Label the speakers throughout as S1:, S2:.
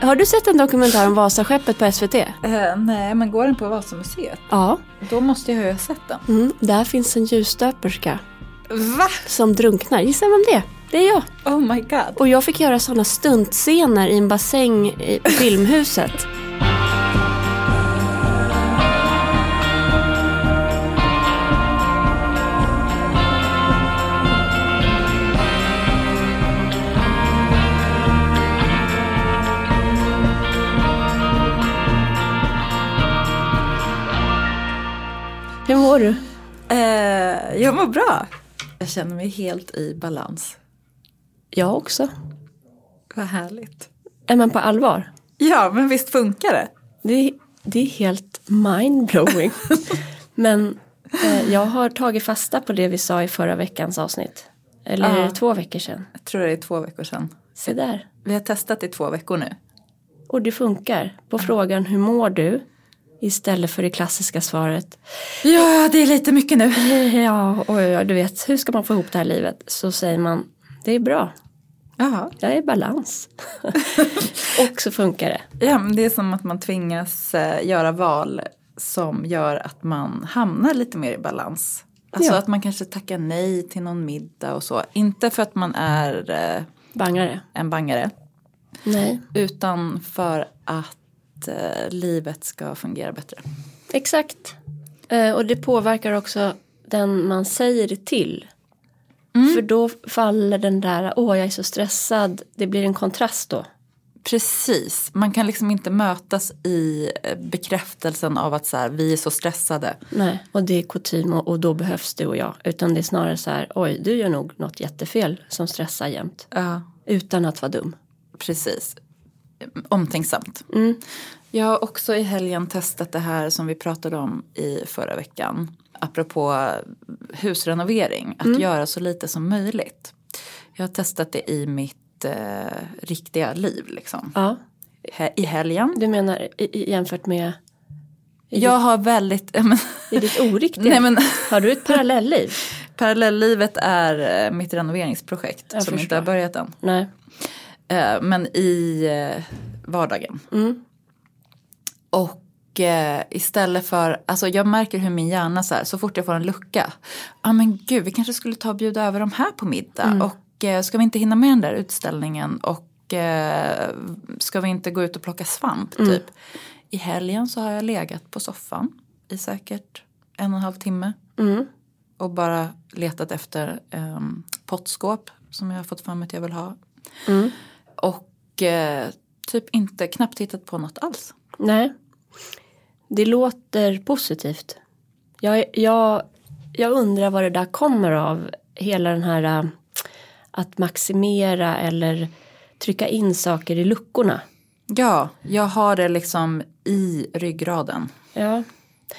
S1: Har du sett en dokumentär om Vasaskeppet på SVT?
S2: Eh, nej, men går den på Vasamuseet?
S1: Ja,
S2: Då måste jag ju ha sett den.
S1: mm, där finns en ljusstöperska
S2: Va?
S1: som drunknar. Gissa vem det är? Det är jag.
S2: Oh my god.
S1: Och jag fick göra sådana stuntscener i en bassäng i Filmhuset. Hur mår du?
S2: Eh, jag mår bra. Jag känner mig helt i balans.
S1: Jag också.
S2: Vad härligt.
S1: Är man på allvar?
S2: Ja, men visst funkar det?
S1: Det är, det är helt mindblowing. Men eh, jag har tagit fasta på det vi sa i förra veckans avsnitt. Eller är det
S2: Ja.
S1: två veckor sedan.
S2: Jag tror det är två veckor sedan.
S1: Se där.
S2: Vi har testat i två veckor nu.
S1: Och det funkar. På frågan hur mår du? Istället för det klassiska svaret. "Eh,
S2: Ja, det är lite mycket nu.
S1: Ja, och du vet, hur ska man få ihop det här livet? Så säger man, det är bra.
S2: Ja,
S1: Jag är i balans. och så funkar det.
S2: ja men det är som att man tvingas eh, göra val som gör att man hamnar lite mer i balans. Alltså
S1: Ja.
S2: att man kanske tackar nej till någon middag och så. Inte för att man är eh,
S1: Bangare.
S2: en bangare.
S1: Nej.
S2: Utan för att eh, livet ska fungera bättre.
S1: Exakt. Eh, Och det påverkar också den man säger det till. För då faller den där, åh jag är så stressad, det blir en kontrast då.
S2: Precis, man kan liksom inte mötas i eh, bekräftelsen av att så här, vi är så stressade.
S1: Nej, och det är kutym och, och då behövs du och jag. Utan det är snarare så här, oj du gör nog något jättefel som stressar jämt.
S2: Ja,
S1: Utan att vara dum.
S2: precis. Omtänksamt. Jag har också i helgen testat det här som vi pratade om i förra veckan. Apropå husrenovering, att göra så lite som möjligt. Jag har testat det i mitt eh, riktiga liv liksom.
S1: Ja,
S2: He- I helgen.
S1: du menar i, i, jämfört med
S2: Jag har väldigt... ja, Men,
S1: i ditt oriktiga?
S2: nej men,
S1: Har du ett parallellliv?
S2: parallelllivet är eh, mitt renoveringsprojekt
S1: Jag
S2: som inte
S1: förstår.
S2: har börjat än.
S1: Nej.
S2: Eh, Men i eh, vardagen.
S1: Mm.
S2: Och eh, istället för... Alltså jag märker hur min hjärna så här, så fort jag får en lucka. Ja ah, men gud, vi kanske skulle ta och bjuda över de här på middag.
S1: Mm.
S2: Och eh, ska vi inte hinna med den där utställningen? Och eh, ska vi inte gå ut och plocka svamp
S1: Mm.
S2: typ? I helgen så har jag legat på soffan i säkert en och en halv timme.
S1: Mm.
S2: och bara letat efter eh, pottskåp som jag har fått för mig att jag vill ha.
S1: Mm.
S2: Och eh, typ inte, knappt hittat på något alls.
S1: Nej. Det låter positivt. Jag, jag, jag undrar vad det där kommer av. Hela den här äh, att maximera eller trycka in saker i luckorna.
S2: Ja, jag har det liksom i ryggraden
S1: Ja.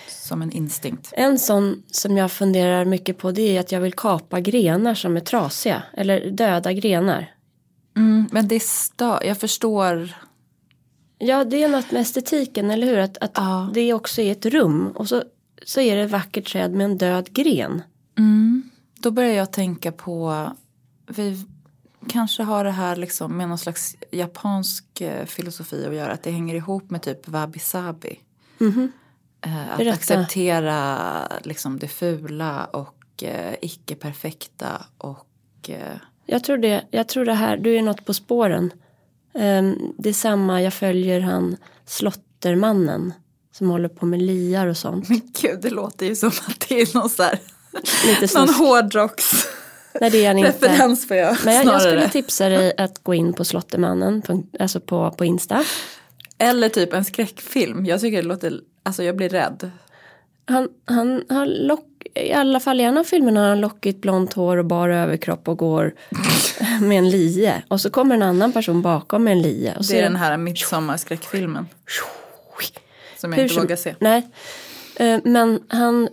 S2: som en instinkt.
S1: En sån som jag funderar mycket på det är att jag vill kapa grenar som är trasiga. Eller döda grenar.
S2: Mm, men det stör, jag förstår.
S1: Ja, det är något med estetiken, eller hur? Att, att
S2: Ja.
S1: det också är ett rum och så, så är det ett vackert träd med en död gren.
S2: Mm, då börjar jag tänka på, vi kanske har det här liksom med någon slags japansk eh, filosofi att göra. Att det hänger ihop med typ wabi-sabi.
S1: Mhm.
S2: Eh, Att
S1: Berätta.
S2: acceptera liksom det fula och eh, icke-perfekta och... Eh,
S1: Jag tror det. Jag tror det här. Du är något på spåren. Um, det är samma. Jag följer han slottermannen som håller på med liar och sånt.
S2: men gud, det låter ju som att det är någon, så här,
S1: Lite
S2: någon
S1: snusk.
S2: hårdrocksreferens
S1: Nej, det är han inte.
S2: får jag
S1: Men jag, jag
S2: snarare.
S1: skulle tipsa dig att gå in på slottermannen, punkt- alltså på, på Insta.
S2: Eller typ en skräckfilm. Jag tycker det låter... Alltså jag blir rädd.
S1: Han, han har lock, i alla fall i en av filmerna har han lockigt blont hår och bar överkropp och går med en lie. Och så kommer en annan person bakom med en lie. Och så
S2: Det är
S1: är
S2: den här midsommarskräckfilmen. Som jag
S1: Hur
S2: inte
S1: som-
S2: vågar se.
S1: Nej. Eh, Men han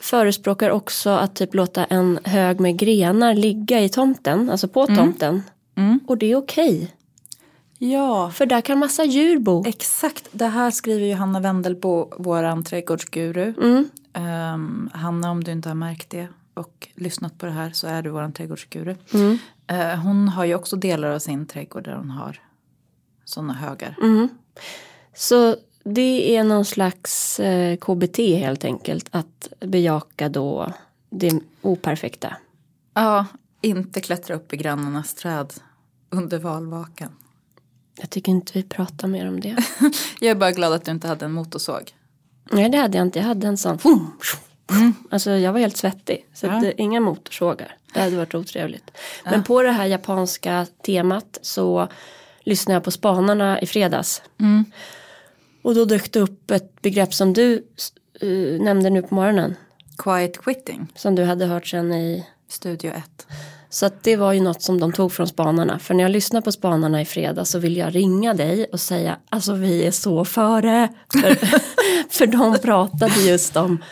S1: förespråkar också att typ låta en hög med grenar ligga i tomten, alltså på tomten.
S2: Mm.
S1: Och det är okej,
S2: Ja,
S1: för där kan massa djur bo.
S2: exakt. Det här skriver ju Hanna Wendelbo, våran trädgårdsguru.
S1: Mm.
S2: Ehm, Hanna, om du inte har märkt det och lyssnat på det här så är du vår trädgårdsguru.
S1: Mm.
S2: Eh, hon har ju också delar av sin trädgård där hon har sådana högar.
S1: Mm. Så det är någon slags eh, KBT helt enkelt. Att bejaka då det operfekta.
S2: Ja, inte klättra upp i grannarnas träd under valvakan.
S1: Jag tycker inte vi pratar mer om det.
S2: Jag är bara glad att du inte hade en motorsåg.
S1: Nej det hade jag inte. Jag hade en sån. vroom, vroom, vroom. Alltså jag var helt svettig. Så
S2: Ja.
S1: att, eh, inga motorsågar. Det hade varit otrevligt. Men på det här japanska temat så lyssnade jag på Spanarna i fredags. Och då dök det upp ett begrepp som du eh, nämnde nu på morgonen.
S2: Quiet quitting,
S1: Som du hade hört sen i
S2: Studio 1.
S1: Så att det var ju något som de tog från spanarna. För när jag lyssnade på spanarna i fredag så vill jag ringa dig och säga alltså vi är så före. För, för de pratade just om,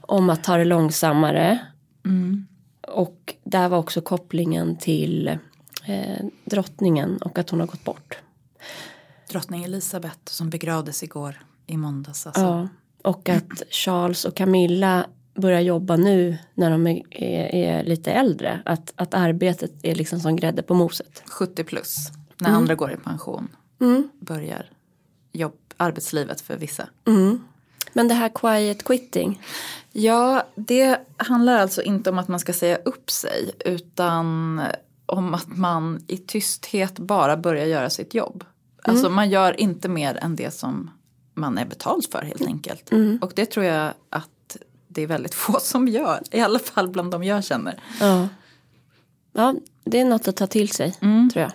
S1: om att ta det långsammare. Mm. Och där var också kopplingen till eh, drottningen och att hon har gått bort.
S2: Drottning Elisabeth som begravdes igår i måndags. Alltså.
S1: Ja, och att Charles och Camilla börjar jobba nu när de är, är, är lite äldre. Att, att arbetet är liksom som grädde på moset.
S2: 70 plus, när andra går i pension, börjar jobb, arbetslivet för vissa.
S1: Men det här quiet quitting.
S2: Ja, det handlar alltså inte om att man ska säga upp sig utan om att man i tysthet bara börjar göra sitt jobb. Alltså man gör inte mer än det som man är betald för helt enkelt. Och det tror jag att det är väldigt få som gör, i alla fall bland de jag känner.
S1: Ja. ja, det är något att ta till sig tror jag.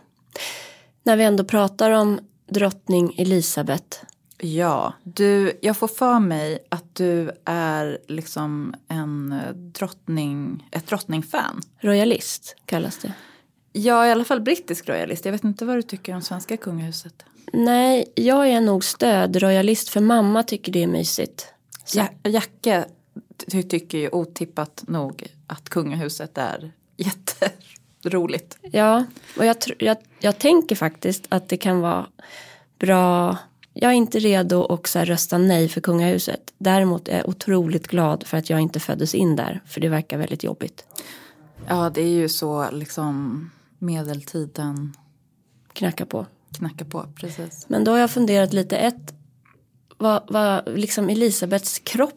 S1: När vi ändå pratar om drottning Elisabeth.
S2: Ja, du, jag får för mig att du är liksom en eh, drottning, ett drottningfan.
S1: Royalist kallas det.
S2: Ja, i alla fall brittisk royalist. Jag vet inte vad du tycker om svenska kungahuset.
S1: Nej, jag är nog stödroyalist för mamma tycker det är mysigt. Så,
S2: Ja, Jacke ty- tycker ju otippat nog att kungahuset är jätteroligt.
S1: Ja, och jag, tr- jag, jag tänker faktiskt att det kan vara bra. Jag är inte redo att så här, rösta nej för kungahuset. Däremot är jag otroligt glad för att jag inte föddes in där. För det verkar väldigt jobbigt.
S2: Ja, det är ju så liksom medeltiden
S1: Knacka på.
S2: knackar på, precis.
S1: Men då har jag funderat lite ett. Vad, vad liksom Elisabeths kropp.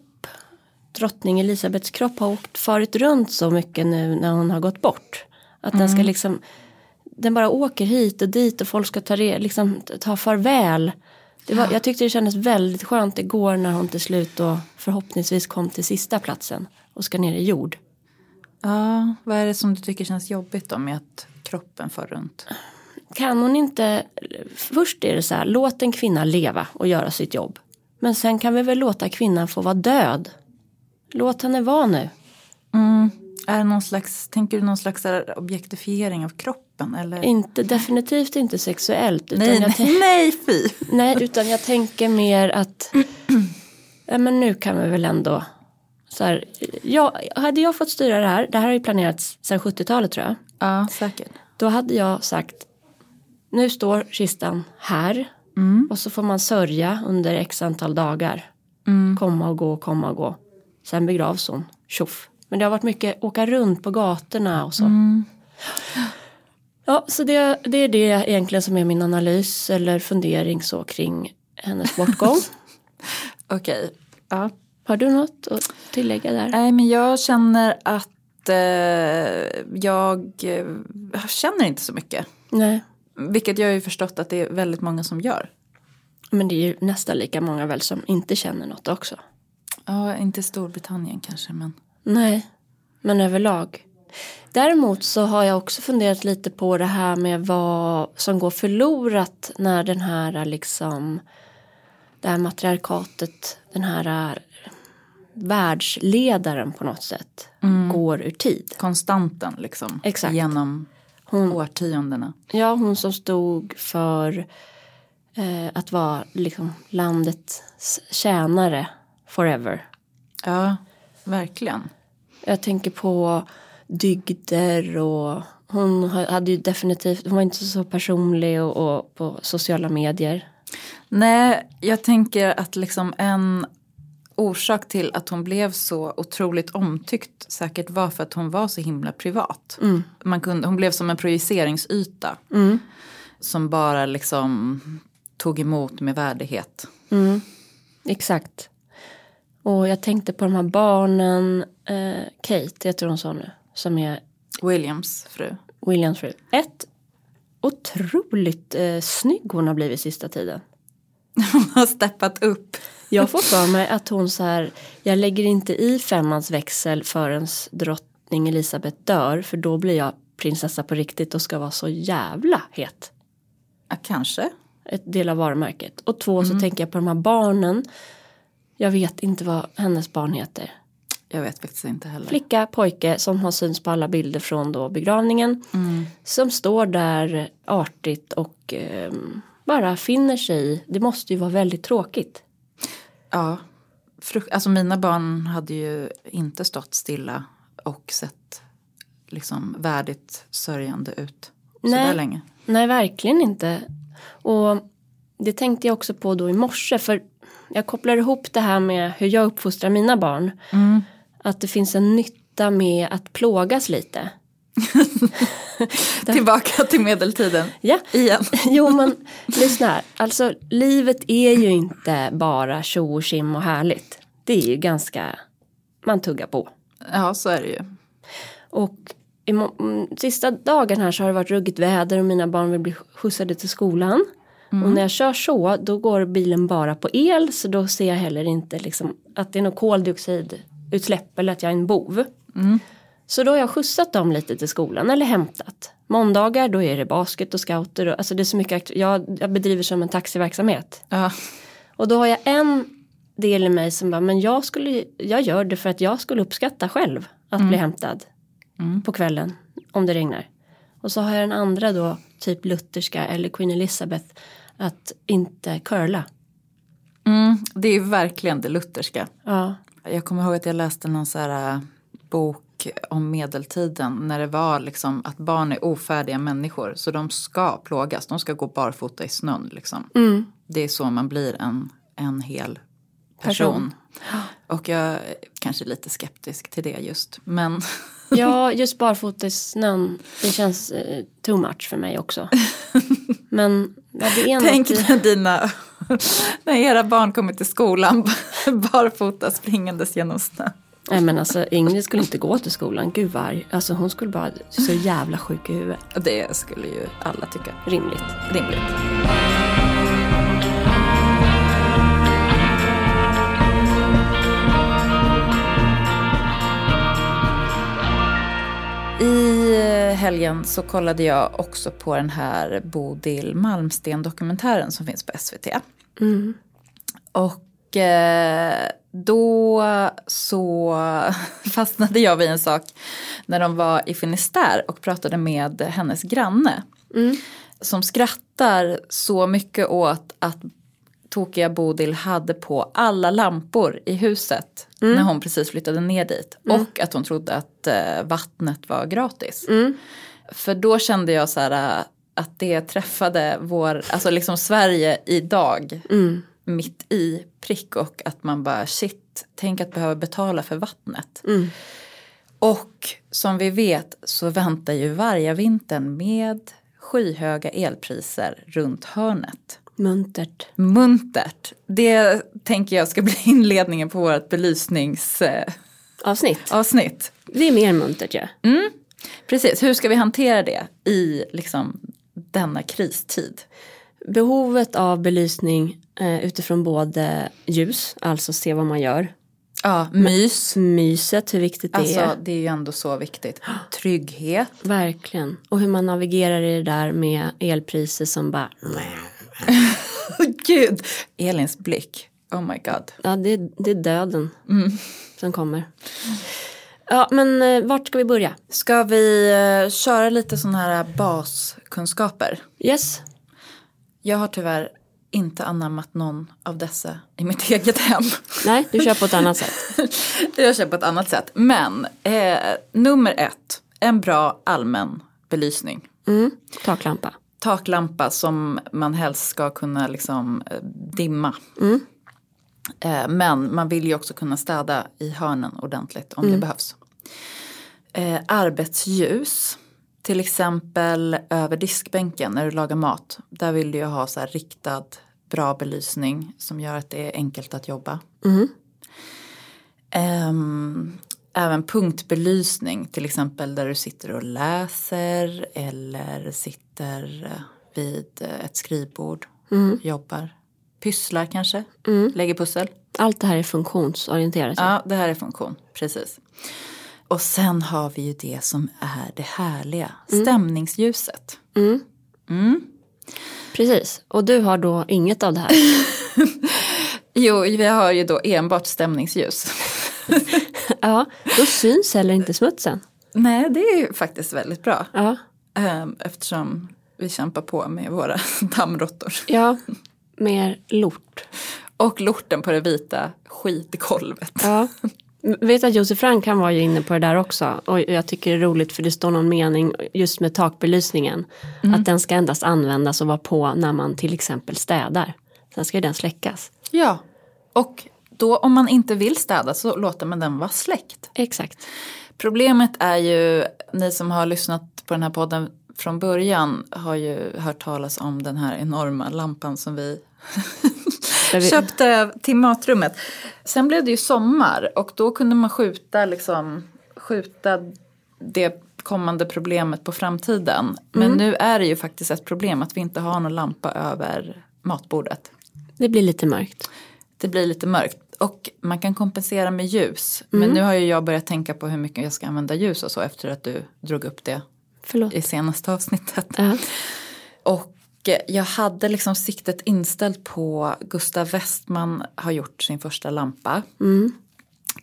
S1: Drottning Elisabeths kropp har åkt, farit runt så mycket nu när hon har gått bort. Att den ska liksom. Den bara åker hit och dit och folk ska ta, re, liksom, ta farväl. Det var, jag tyckte det kändes väldigt skönt igår när hon till slut då förhoppningsvis kom till sista platsen. Och ska ner i jord.
S2: Ja, vad är det som du tycker känns jobbigt då med att kroppen far runt?
S1: kan hon inte, först är det så här, låt en kvinna leva och göra sitt jobb. Men sen kan vi väl låta kvinnan få vara död. Låt henne vara nu.
S2: Är det någon slags, tänker du någon slags så här objektifiering av kroppen eller?
S1: Inte, definitivt inte sexuellt. Utan
S2: nej,
S1: jag
S2: nej,
S1: tänk-
S2: nej, fy!
S1: nej, utan jag tänker mer att, ja, men nu kan vi väl ändå, så här, ja, hade jag fått styra det här, det här har ju planerats sedan 70-talet tror jag.
S2: Ja, säkert.
S1: Då hade jag sagt, nu står kistan här och så får man sörja under x antal dagar. Komma och gå, komma och gå. Sen begravs hon, tjoff. Men det har varit mycket åka runt på gatorna och så. Ja, så det, det är det egentligen som är min analys eller fundering så kring hennes bortgång.
S2: Okej. Ja.
S1: har du något att tillägga där?
S2: Nej, men jag känner att eh, jag, eh, jag känner inte så mycket.
S1: Nej,
S2: Vilket jag har ju förstått att det är väldigt många som gör.
S1: men det är ju nästan lika många väl som inte känner något också.
S2: Ja, inte Storbritannien kanske, men.
S1: Nej, men överlag. Däremot så har jag också funderat lite på det här med vad som går förlorat när den här liksom det här matriarkatet, den här eh, världsledaren på något sätt går ur tid.
S2: Konstanten liksom.
S1: Exakt.
S2: Genom
S1: Hon,
S2: årtiondena.
S1: ja, hon som stod för eh, att vara liksom landets tjänare forever.
S2: Ja, verkligen.
S1: Jag tänker på dygder och hon ha- hade ju definitivt, hon var inte så personlig och, och på sociala medier.
S2: Nej, jag tänker att liksom en orsak till att hon blev så otroligt omtyckt säkert var för att hon var så himla privat. Man kunde, hon blev som en projiceringsyta. Som bara liksom tog emot med värdighet.
S1: Mm, exakt. Och jag tänkte på de här barnen, eh, Kate heter hon så nu, som är
S2: Williams fru.
S1: Williams fru. Ett, otroligt eh, snygg hon har blivit sista tiden.
S2: Hon har steppat upp.
S1: Jag får för mig att hon så här, jag lägger inte i femmans växel förrän drottning Elisabeth dör för då blir jag prinsessa på riktigt och ska vara så jävla het.
S2: Ja, kanske.
S1: Ett del av varumärket. Och två så tänker jag på de här barnen. Jag vet inte vad hennes barn heter.
S2: Jag vet faktiskt inte heller.
S1: Flicka, pojke som har syns på alla bilder från då begravningen. Som står där artigt och ehm, bara finner sig i. Det måste ju vara väldigt tråkigt.
S2: Ja. Fruk- alltså mina barn hade ju inte stått stilla och sett liksom värdigt sörjande ut. Så
S1: Nej.
S2: där länge.
S1: Nej, verkligen inte. Och det tänkte jag också på då i morse. För jag kopplar ihop det här med hur jag uppfostrar mina barn. Att det finns en nytta med att plågas lite.
S2: Tillbaka till medeltiden.
S1: Ja,
S2: Igen.
S1: jo men lyssna här. Alltså livet är ju inte bara tjo och tjim och härligt. Det är ju ganska, man tuggar på.
S2: Ja, så är det ju.
S1: Och i må- mm, sista dagen här så har det varit ruggigt väder och mina barn vill bli skjutsade till skolan. Och när jag kör så då går bilen bara på el så då ser jag heller inte liksom att det är något koldioxidutsläpp eller att jag är en bov. Så då har jag skjutsat dem lite till skolan eller hämtat. Måndagar då är det basket och scouter och alltså det är så mycket akt- jag, jag bedriver som en taxiverksamhet.
S2: Ja.
S1: Och då har jag en del i mig som bara, men jag, skulle, jag gör det för att jag skulle uppskatta själv att bli hämtad på kvällen om det regnar. Och så har jag den andra då, typ lutherska eller Queen Elizabeth, att inte curla.
S2: Mm, det är ju verkligen det lutherska.
S1: Ja,
S2: Jag kommer ihåg att jag läste någon så här äh, bok om medeltiden när det var liksom att barn är ofärdiga människor så de ska plågas, de ska gå barfota i snön liksom. Det är så man blir en, en hel person. Och jag är kanske lite skeptisk till det just, men
S1: ja just barfota i snön, det känns eh, too much för mig också. Men ja, det är något
S2: tänk
S1: i-
S2: när dina, när era barn kommer till skolan barfota springandes genom snö.
S1: Nej men alltså Ingrid skulle inte gå till skolan, gud vad arg. Alltså hon skulle bara så jävla sjuk i huvudet.
S2: Det skulle ju alla tycka
S1: Rimligt.
S2: rimligt. I eh, helgen så kollade jag också på den här Bodil Malmsten-dokumentären som finns på SVT. Och eh, då så fastnade jag vid en sak när de var i Finisterre och pratade med hennes granne. Som skrattar så mycket åt att tokiga Bodil hade på alla lampor i huset när hon precis flyttade ner dit. Och att hon trodde att eh, vattnet var gratis. För då kände jag så här äh, att det träffade vår, alltså liksom Sverige idag
S1: Mm.
S2: mitt i prick och att man bara shit, tänk att behöva betala för vattnet. Och som vi vet så väntar ju varje vintern med skyhöga elpriser runt hörnet.
S1: Muntert.
S2: Muntert, det tänker jag ska bli inledningen på vårt belysningsavsnitt.
S1: Avsnitt. Det är mer muntert ja.
S2: Mm. Precis, hur ska vi hantera det i liksom denna kristid?
S1: Behovet av belysning eh, utifrån både ljus, alltså se vad man gör,
S2: Ja, mys.
S1: myset, hur viktigt det
S2: Alltså
S1: är.
S2: det är ju ändå så viktigt. Trygghet.
S1: Verkligen. Och hur man navigerar i det där med elpriser som bara...
S2: Gud! Elins blick. Oh my god.
S1: Ja, det, det är döden
S2: Mm.
S1: som kommer. Ja, men eh, vart ska vi börja?
S2: Ska vi eh, köra lite sådana här baskunskaper?
S1: Yes.
S2: Jag har tyvärr inte anammat någon av dessa i mitt eget hem.
S1: Nej, du kör på ett annat sätt.
S2: Jag kör på ett annat sätt. Men eh, nummer ett, en bra allmän belysning.
S1: Mm. Taklampa.
S2: taklampa som man helst ska kunna liksom eh, dimma. Eh, Men man vill ju också kunna städa i hörnen ordentligt om det behövs. Eh, arbetsljus. Till exempel över diskbänken när du lagar mat. Där vill du ju ha så här riktad bra belysning som gör att det är enkelt att jobba.
S1: Mm.
S2: Ehm, även punktbelysning, till exempel där du sitter och läser eller sitter eh, vid eh, ett skrivbord,
S1: Mm.
S2: jobbar, pysslar kanske,
S1: Mm.
S2: lägger pussel.
S1: Allt det här är funktionsorienterat.
S2: Ja, det här är funktion, precis. Och sen har vi ju det som är det härliga, stämningsljuset.
S1: Mm.
S2: Mm.
S1: Precis, och du har då inget av det här.
S2: Jo, vi har ju då enbart stämningsljus.
S1: ja, då syns heller inte smutsen.
S2: Nej, det är ju faktiskt väldigt bra.
S1: Ja,
S2: Ehm, Eftersom vi kämpar på med våra dammråttor.
S1: ja mer lort.
S2: Och lorten på det vita skitgolvet.
S1: Ja. M- Vet att Josef Frank han var ju inne på det där också och jag tycker det är roligt för det står någon mening just med takbelysningen. Att den ska endast användas och vara på när man till exempel städar. Sen ska ju den släckas.
S2: Ja. Och då om man inte vill städa så låter man den vara släckt.
S1: Exakt.
S2: Problemet är ju, ni som har lyssnat på den här podden från början har ju hört talas om den här enorma lampan som vi
S1: Där vi-
S2: köpte till matrummet. Sen blev det ju sommar och då kunde man skjuta, liksom, skjuta det kommande problemet på framtiden. Men
S1: Mm.
S2: nu är det ju faktiskt ett problem att vi inte har någon lampa över matbordet.
S1: Det blir lite mörkt.
S2: Det blir lite mörkt. Och man kan kompensera med ljus. Men nu har ju jag börjat tänka på hur mycket jag ska använda ljus och så efter att du drog upp det
S1: Förlåt.
S2: i senaste avsnittet.
S1: Ja.
S2: Och eh, jag hade liksom siktet inställt på Gustav Westman har gjort sin första lampa.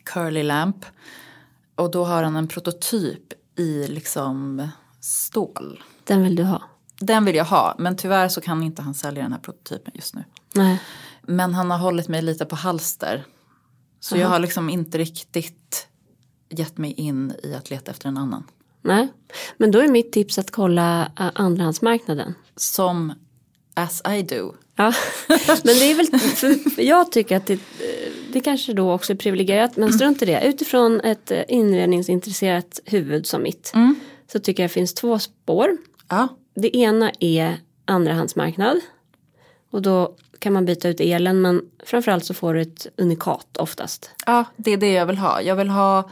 S2: Curly Lamp. Och då har han en prototyp i liksom stål.
S1: Den vill du ha?
S2: Den vill jag ha men tyvärr så kan inte han sälja den här prototypen just nu.
S1: Nej.
S2: Men han har hållit mig lite på halster. Så jag har liksom inte riktigt gett mig in i att leta efter en annan.
S1: Nej. Men då är mitt tips att kolla eh, andrahandsmarknaden.
S2: Som As I Do.
S1: Ja, men det är väl, för för jag tycker att det, eh, det kanske då också är privilegierat, men strunt i det. Utifrån ett eh, inredningsintresserat huvud som mitt så tycker jag det finns två spår.
S2: Ja,
S1: Det ena är andrahandsmarknad och då kan man byta ut elen men framförallt så får du ett unikat oftast.
S2: ja det är det jag vill ha. Jag vill ha,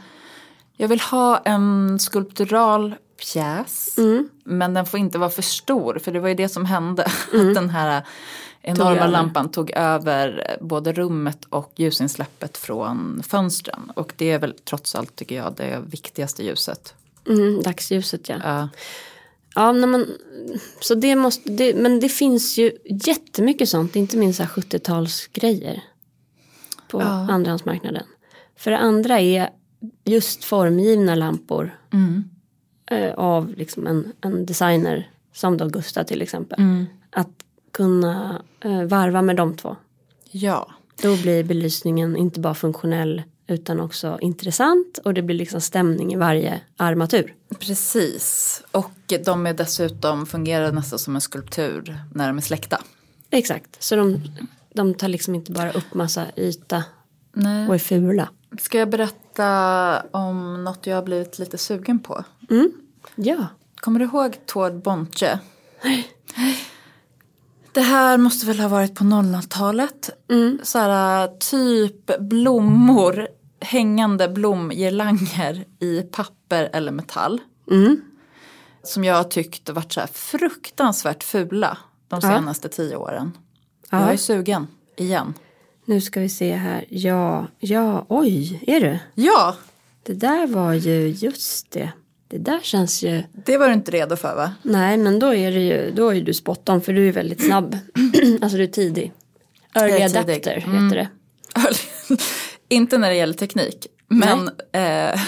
S2: jag vill ha en skulptural pjäs. Men den får inte vara för stor för det var ju det som hände. Att den här enorma
S1: över.
S2: lampan Mm. tog över både rummet och ljusinsläppet från fönstren. Och det är väl trots allt tycker jag det viktigaste ljuset.
S1: Mm, dagsljuset ja.
S2: Ja.
S1: Ja, nej, men, så det måste, det, men det finns ju jättemycket sånt, inte minst så här 70-talsgrejer på andrahandsmarknaden. För det andra är just formgivna lampor eh, av liksom en, en designer som då Gustav till exempel. Att kunna eh, varva med de två.
S2: Ja.
S1: Då blir belysningen inte bara funktionell utan också intressant och det blir liksom stämning i varje armatur.
S2: Precis. Och de är dessutom fungerar nästan som en skulptur när de är släckta.
S1: Exakt, så de, de tar liksom inte bara upp massa yta och
S2: Nej.
S1: är fula.
S2: Ska jag berätta om något jag har blivit lite sugen på?
S1: Ja.
S2: Kommer du ihåg Tord Bonche? Det här måste väl ha varit på 00-talet. Mm. Såhär, typ blommor, hängande blomgirlanger i papper eller metall.
S1: Mm.
S2: som jag har tyckt varit så här fruktansvärt fula de senaste tio åren. Jag är sugen igen.
S1: Nu ska vi se här. Ja, ja, oj, är du?
S2: Ja,
S1: Det där var ju just det. Det där känns ju.
S2: det var du inte redo för va?
S1: Nej, men då är det ju, då är ju du spot on för du är väldigt snabb. alltså du är tidig. Early
S2: Jag är tidig.
S1: adapter
S2: Mm.
S1: heter det.
S2: inte när det gäller teknik, men eh, när det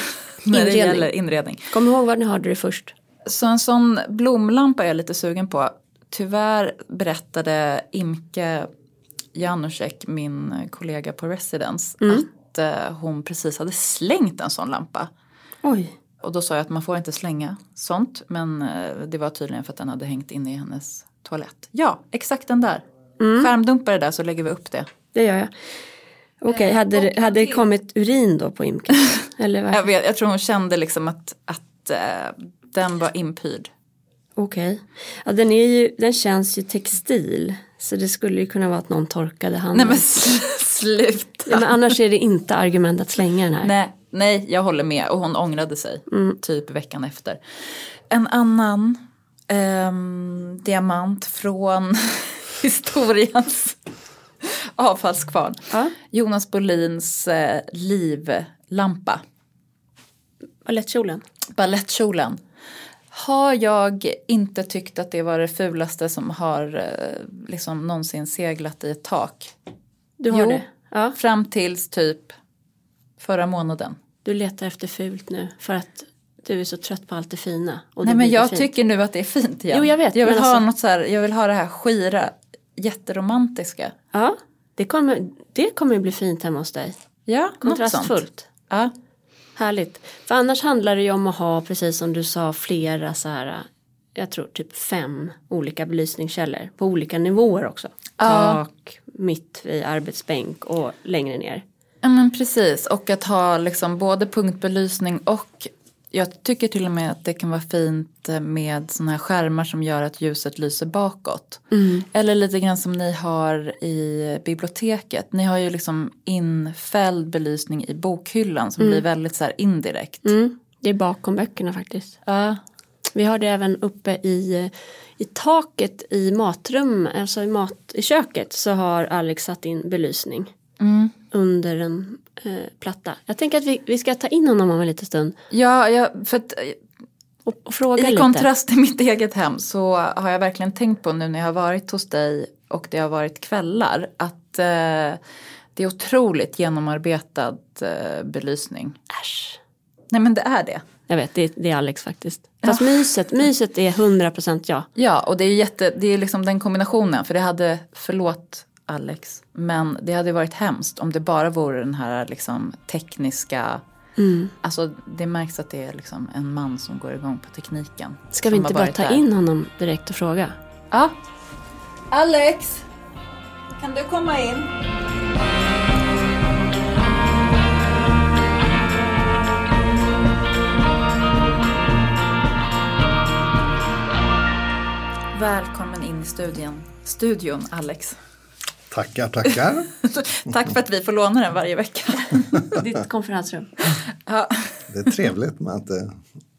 S1: Inredning.
S2: gäller inredning.
S1: Kom ihåg var ni hörde det först.
S2: Så en sån blomlampa är jag lite sugen på. Tyvärr berättade Imke Janusek, min kollega på Residence, att eh, hon precis hade slängt en sån lampa.
S1: Oj.
S2: Och då sa jag att man får inte slänga sånt. Men eh, det var tydligen för att den hade hängt inne i hennes toalett. Ja, exakt den där. Skärmdumpa det där så lägger vi upp det.
S1: Det gör jag. Okej,
S2: Eh,
S1: hade, det- hade det kommit urin då på Imke? Eller vad?
S2: Jag, vet, jag tror hon kände liksom att, att eh, Den var inpyrd.
S1: Okej. Ja, den, är ju, den känns ju textil. Så det skulle ju kunna vara att någon torkade handen.
S2: Nej men sluta.
S1: Ja, men annars är det inte argument att slänga den här.
S2: Nej, nej, jag håller med. Och hon ångrade sig,
S1: Mm.
S2: typ veckan efter. En annan ehm, diamant från historiens avfallskvarn.
S1: Ja.
S2: Jonas Bolins eh, livlampa,
S1: Balettkjolen.
S2: ballettkjolen. Har jag inte tyckt att det var det fulaste som har eh, liksom någonsin seglat i ett tak?
S1: Du har
S2: Jo.
S1: det? Ja.
S2: Fram tills typ förra månaden.
S1: Du letar efter fult nu för att du är så trött på allt det fina. Och
S2: Nej
S1: då
S2: men
S1: blir det
S2: jag
S1: fint.
S2: tycker nu att det är fint igen.
S1: Jo, jag vet,
S2: Jag vill,
S1: men
S2: ha,
S1: alltså-
S2: något så här, jag vill ha det här skira, jätteromantiska.
S1: Ja, det kommer, det kommer ju bli fint hemma hos dig.
S2: Ja, något sånt.
S1: Kontrastfullt.
S2: Ja.
S1: Härligt. För annars handlar det ju om att ha, precis som du sa, flera så här, jag tror typ fem olika belysningskällor på olika nivåer också.
S2: Ja.
S1: Tak, mitt vid arbetsbänk och längre ner.
S2: ja men precis och att ha liksom både punktbelysning och jag tycker till och med att det kan vara fint med såna här skärmar som gör att ljuset lyser bakåt.
S1: Mm.
S2: Eller lite grann som ni har i biblioteket. Ni har ju liksom infälld belysning i bokhyllan som blir väldigt så här indirekt.
S1: Mm. Det är bakom böckerna faktiskt.
S2: Ja.
S1: Vi har det även uppe i, i taket i matrum, alltså i, mat, i köket så har Alex satt in belysning
S2: Mm.
S1: under en eh, platta. Jag tänker att vi, vi ska ta in honom om en liten stund
S2: Ja, jag, för att eh,
S1: och, och fråga
S2: I
S1: lite.
S2: kontrast till mitt eget hem så har jag verkligen tänkt på nu när jag har varit hos dig och det har varit kvällar att eh, det är otroligt genomarbetad eh, belysning.
S1: Äsch.
S2: Nej men det är det.
S1: Jag vet, det, det är Alex faktiskt. Fast myset, myset är 100% ja.
S2: Ja och det är ju jätte, det är liksom den kombinationen för det hade, förlåt Alex, men det hade varit hemskt om det bara vore den här liksom tekniska
S1: Mm.
S2: Alltså det märks att det är liksom en man som går igång på tekniken.
S1: Ska vi
S2: som
S1: inte
S2: har
S1: bara
S2: varit
S1: ta
S2: där.
S1: in honom direkt och fråga?
S2: Ja. Alex, kan du komma in? Välkommen in i studion, studion Alex.
S3: Tackar, tackar.
S2: Tack för att vi får låna den varje vecka.
S1: Ditt konferensrum.
S2: Ja.
S3: Det är trevligt med att det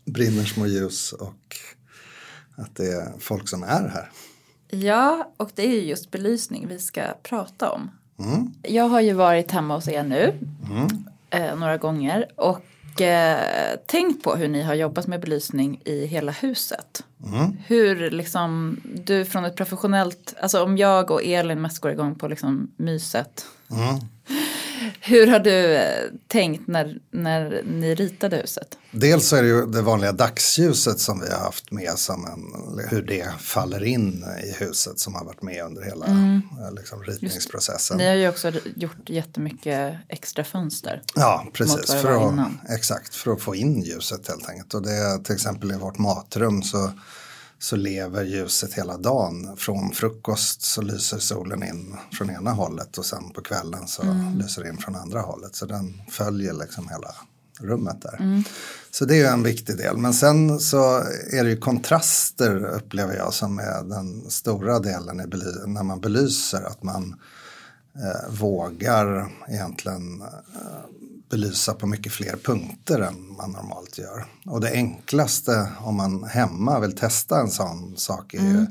S3: brinner små ljus och att det är folk som är här.
S2: Ja, och det är ju just belysning vi ska prata om. Jag har ju varit hemma hos er nu eh, några gånger och eh, tänkt på hur ni har jobbat med belysning i hela huset. Hur liksom du från ett professionellt, alltså om jag och Elin mest går igång på liksom myset.
S3: Mm.
S2: Hur har du eh, tänkt när, när ni ritade huset?
S3: Dels så är det ju det vanliga dagsljuset som vi har haft med som en, hur det faller in i huset som har varit med under hela eh, liksom, ritningsprocessen.
S2: Ni har ju också gjort jättemycket extra fönster.
S3: Ja,
S2: mot
S3: precis.
S2: vad det
S3: För
S2: var
S3: att,
S2: innan.
S3: exakt, för att få in ljuset helt enkelt. Och det, är till exempel i vårt matrum så, så lever ljuset hela dagen. Från frukost så lyser solen in från ena hållet och sen på kvällen så lyser det in från andra hållet. Så den följer liksom hela rummet där. Så det är ju en viktig del. Men sen så är det ju kontraster upplever jag som är den stora delen i bely- när man belyser. Att man eh, vågar egentligen eh, belysa på mycket fler punkter än man normalt gör. Och det enklaste om man hemma vill testa en sån sak är ju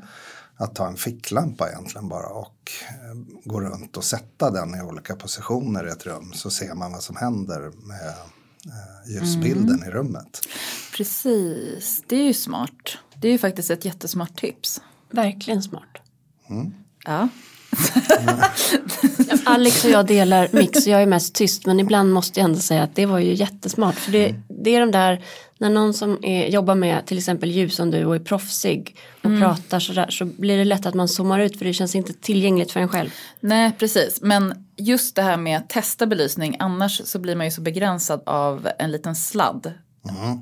S3: att ta en ficklampa egentligen bara och eh, gå runt och sätta den i olika positioner i ett rum så ser man vad som händer med eh, ljusbilden i rummet.
S2: Precis, det är ju smart. Det är ju faktiskt ett jättesmart tips.
S1: Verkligen smart.
S2: Ja.
S1: Alex och jag delar mix och jag är mest tyst men ibland måste jag ändå säga att det var ju jättesmart. För det, det är de där, när någon som är, jobbar med till exempel ljus som du och är proffsig och
S4: Mm.
S1: pratar sådär så blir det lätt att man zoomar ut för det känns inte tillgängligt för en själv.
S2: Nej, precis. Men just det här med att testa belysning, annars så blir man ju så begränsad av en liten sladd.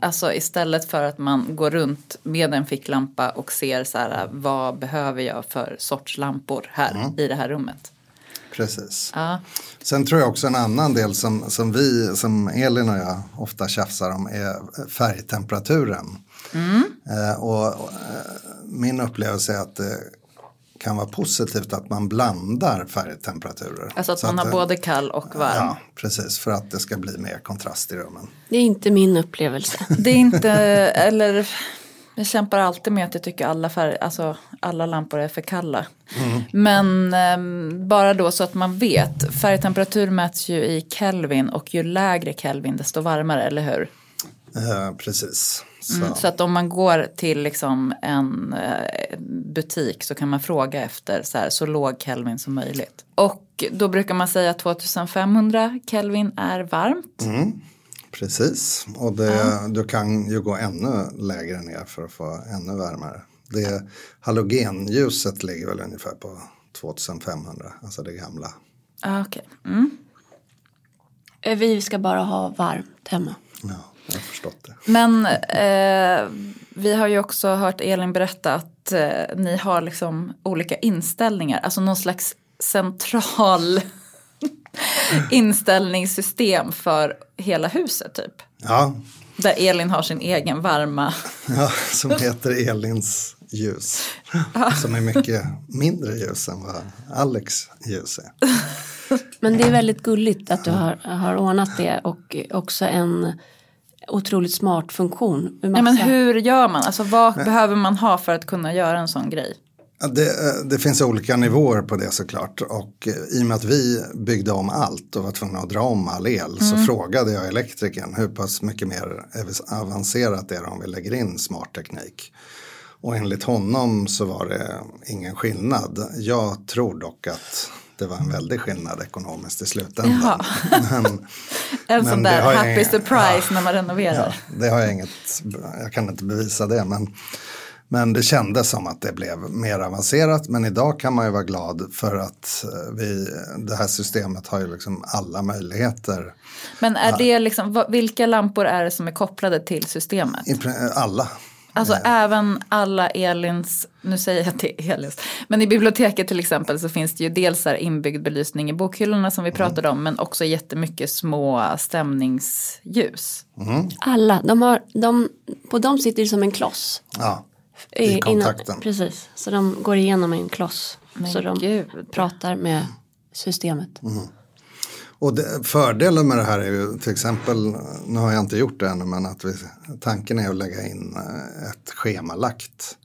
S2: Alltså istället för att man går runt med en ficklampa och ser så här, vad behöver jag för sorts lampor här i det här rummet.
S3: Precis.
S2: Ja.
S3: Sen tror jag också en annan del som, som vi, som Elin och jag ofta tjafsar om är färgtemperaturen.
S2: Mm.
S3: Eh, och, och, eh, min upplevelse är att det kan vara positivt att man blandar färgtemperaturer.
S2: Alltså att
S3: Så
S2: man har
S3: eh,
S2: både kall och varm.
S3: Ja, precis, för att det ska bli mer kontrast i rummen.
S4: Det är inte min upplevelse.
S2: Det är inte, eller jag kämpar alltid med att jag tycker alla, färg, alltså, alla lampor är för kalla. Men ehm, bara då så att man vet, färgtemperatur mäts ju i Kelvin och ju lägre Kelvin desto varmare, eller hur?
S3: Eh, precis. Så.
S2: Så att om man går till liksom en eh, butik så kan man fråga efter så, här, så låg Kelvin som möjligt. Och då brukar man säga att 2500 Kelvin är varmt.
S3: Precis, och det, du kan ju gå ännu lägre ner för att få ännu värmare. Det, halogenljuset ligger väl ungefär på 2500, alltså det gamla.
S2: Ah, okay. mm.
S4: Eh, Vi ska bara ha varmt hemma.
S3: Ja, jag har förstått det.
S2: Men eh, vi har ju också hört Elin berätta att eh, ni har liksom olika inställningar, alltså någon slags central inställningssystem för hela huset typ.
S3: Ja,
S2: Där Elin har sin egen varma.
S3: ja som heter Elins ljus. Som är mycket mindre ljus än vad Alex ljus är.
S4: Men det är väldigt gulligt att du har, har ordnat det och också en otroligt smart funktion. med
S2: Nej, men
S4: massa-
S2: hur gör man? Alltså vad behöver man ha för att kunna göra en sån grej?
S3: Ja, Det, eh, det finns olika nivåer på det såklart och eh, i och med att vi byggde om allt och var tvungna att dra om all el så frågade jag elektrikern hur pass mycket mer avancerat är det om vi lägger in smart teknik. Och enligt honom så var det ingen skillnad. Jag tror dock att det var en väldig skillnad ekonomiskt i slutändan. Men,
S2: En
S3: Men
S2: sån
S3: det
S2: där
S3: har jag
S2: happy
S3: ingen-
S2: surprise när man
S3: Ja,
S2: renoverar.
S3: det har jag inget, jag kan inte bevisa det men, men det kändes som att det blev mer avancerat men idag kan man ju vara glad för att eh, vi, det här systemet har ju liksom alla möjligheter.
S2: Men är det liksom, vad- vilka lampor är det som är kopplade till systemet?
S3: I pr- Alla.
S2: Alltså även alla Elins, nu säger jag till Elins, men i biblioteket till exempel så finns det ju dels så här inbyggd belysning i bokhyllorna
S4: Mm.
S2: som vi pratade om men också jättemycket små stämningsljus.
S4: Alla, de har, de, på dem sitter det som en kloss.
S3: Ja,
S4: Eh,
S3: i
S4: innan-
S3: kontakten.
S4: precis, så de går igenom en kloss.
S2: Men
S4: så de
S2: gud.
S4: pratar med systemet.
S2: Mm.
S3: Och det, fördelen med det här är ju till exempel, nu har jag inte gjort det ännu, men att vi, tanken är att lägga in eh, ett schemalagt.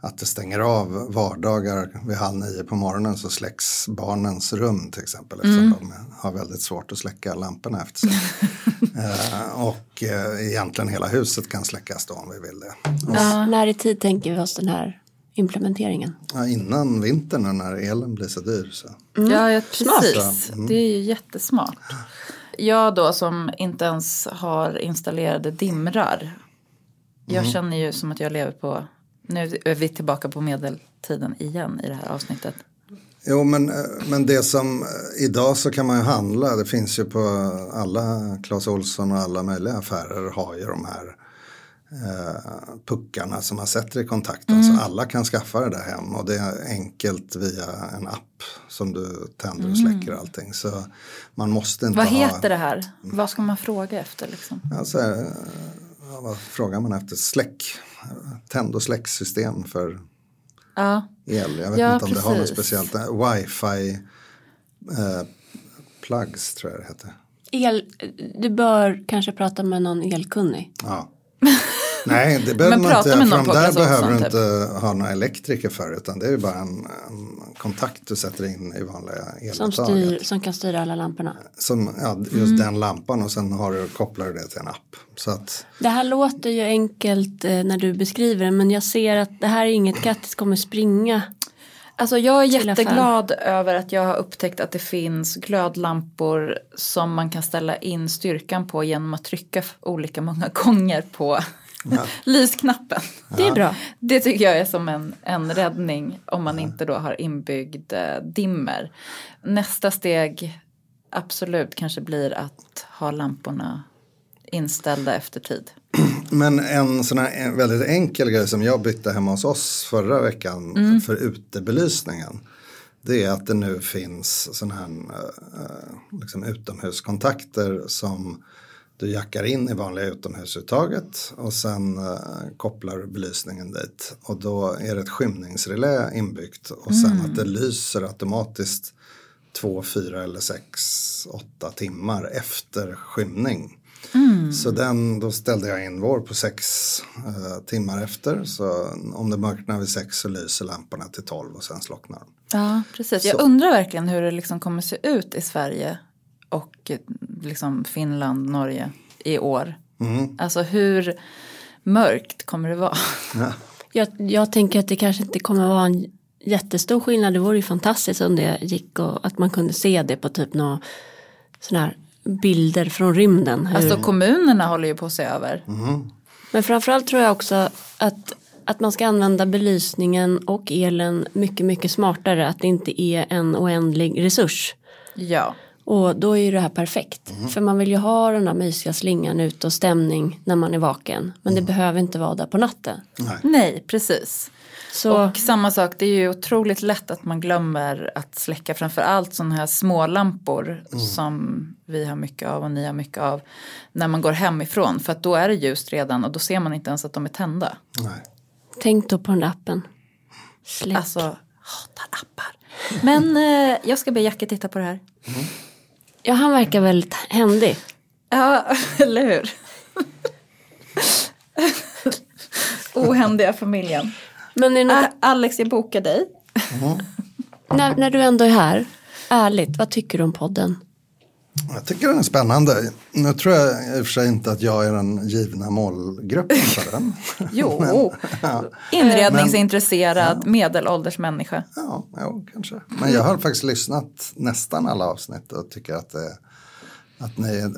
S3: Att det stänger av vardagar vid halv nio på morgonen så släcks barnens rum till exempel. Eftersom de har väldigt svårt att släcka lamporna efter sig. eh, och eh, egentligen hela huset kan släckas då om vi vill det.
S4: När i tid tänker vi oss den här implementeringen?
S3: Ja, innan vintern nu när elen blir så dyr. Så.
S4: Mm.
S2: Ja, ja precis. Det är ju jättesmart. Jag då som inte ens har installerade dimrar. Jag
S4: Mm.
S2: känner ju som att jag lever på, nu är vi tillbaka på medeltiden igen i det här avsnittet.
S3: Jo men, eh, men det som eh, idag så kan man ju handla, det finns ju på alla Clas Ohlson och alla möjliga affärer har ju de här eh, puckarna som man sätter i kontakten
S2: Mm.
S3: så alla kan skaffa det där hem och det är enkelt via en app som du tänder och släcker allting så man måste inte
S2: Mm. Vad
S3: ha,
S2: heter det här?
S4: Mm.
S2: Vad ska man fråga efter liksom?
S3: Alltså, eh, ja, vad frågar man efter? Släck, eh, tänd och släcksystem för
S2: Ja.
S3: el. Jag vet
S2: Ja,
S3: inte om det har något
S2: precis.
S3: speciellt. Eh, Wifi eh, plugs tror jag det heter.
S4: El, du bör kanske prata med någon elkunnig.
S3: Ja. Nej, det behöver
S2: Men
S3: man inte
S2: prata
S3: göra.
S2: med
S3: För
S2: någon
S3: de
S2: på
S3: där
S2: Clas Ohlson,
S3: behöver du
S2: typ.
S3: inte ha några elektriker för. Utan det är ju bara en, en kontakt du sätter in i vanliga
S4: Som,
S3: eluttaget.
S4: styr, som kan styra alla lamporna.
S3: Som, ja, just
S2: Mm.
S3: den lampan och sen har du, kopplar du det till en app. Så att,
S4: Det här låter ju enkelt eh, när du beskriver det men jag ser att det här är inget Kattis kommer springa.
S2: Alltså jag är
S4: Till affären.
S2: jätteglad över att jag har upptäckt att det finns glödlampor som man kan ställa in styrkan på genom att trycka f- olika många gånger på lysknappen.
S4: Det är bra.
S2: Det tycker jag är som en, en räddning om man inte då har inbyggd eh, dimmer. Nästa steg absolut kanske blir att ha lamporna inställda efter tid.
S3: men en sån här en väldigt enkel grej som jag bytte hemma hos oss förra veckan för utebelysningen. det är att det nu finns sådana här eh, liksom utomhuskontakter som du jackar in i vanliga utomhusuttaget och sen eh, kopplar belysningen dit och då är det ett skymningsrelä inbyggt och sen att det lyser automatiskt två, fyra eller sex, åtta timmar efter skymning. Så den, då ställde jag in vår på sex eh, timmar efter. Så om det mörknar vid sex så lyser lamporna till tolv och sen slocknar de.
S2: Ja, precis. Jag
S3: Så-
S2: undrar verkligen hur det liksom kommer se ut i Sverige och eh, liksom Finland, Norge i år. Alltså hur mörkt kommer det vara?
S3: Ja.
S1: Jag, jag tänker att det kanske inte kommer att vara en jättestor skillnad. Det vore ju fantastiskt om det gick och att man kunde se det på typ några sådana här bilder från rymden. Hur,
S2: Alltså kommunerna håller ju på att se över.
S1: Men framförallt tror jag också att, att man ska använda belysningen och elen mycket, mycket smartare. Att det inte är en oändlig resurs.
S2: Ja.
S1: Och då är ju det här perfekt.
S2: Mhm.
S1: För man vill ju ha den där mysiga slingan ute och stämning när man är vaken. Men
S2: Mhm.
S1: det behöver inte vara där på natten.
S3: Nej.
S2: Nej, precis.
S1: Så,
S2: Och samma sak, det är ju otroligt lätt att man glömmer att släcka framför allt sådana här smålampor som vi har mycket av och ni har mycket av när man går hemifrån för att då är det ljust redan och då ser man inte ens att de är tända.
S3: Nej.
S1: tänk då på den där appen. Släpp.
S2: Alltså, hatar appar. Men eh, jag ska be Jacke titta på det här.
S1: Ja, han verkar väldigt händig.
S2: Ja, eller hur? Ohändiga familjen.
S1: Men är det något,
S2: Ä- Alex, jag bokar dig.
S1: när, när du ändå är här, ärligt, vad tycker du om podden?
S3: Jag tycker den är spännande. Nu tror jag i och för sig inte att jag är den givna målgruppen för den.
S2: Jo,
S3: ja,
S2: inredningsintresserad medelålders människa.
S3: ja, jo, kanske. Men jag har faktiskt lyssnat nästan alla avsnitt och tycker att, det, att ni är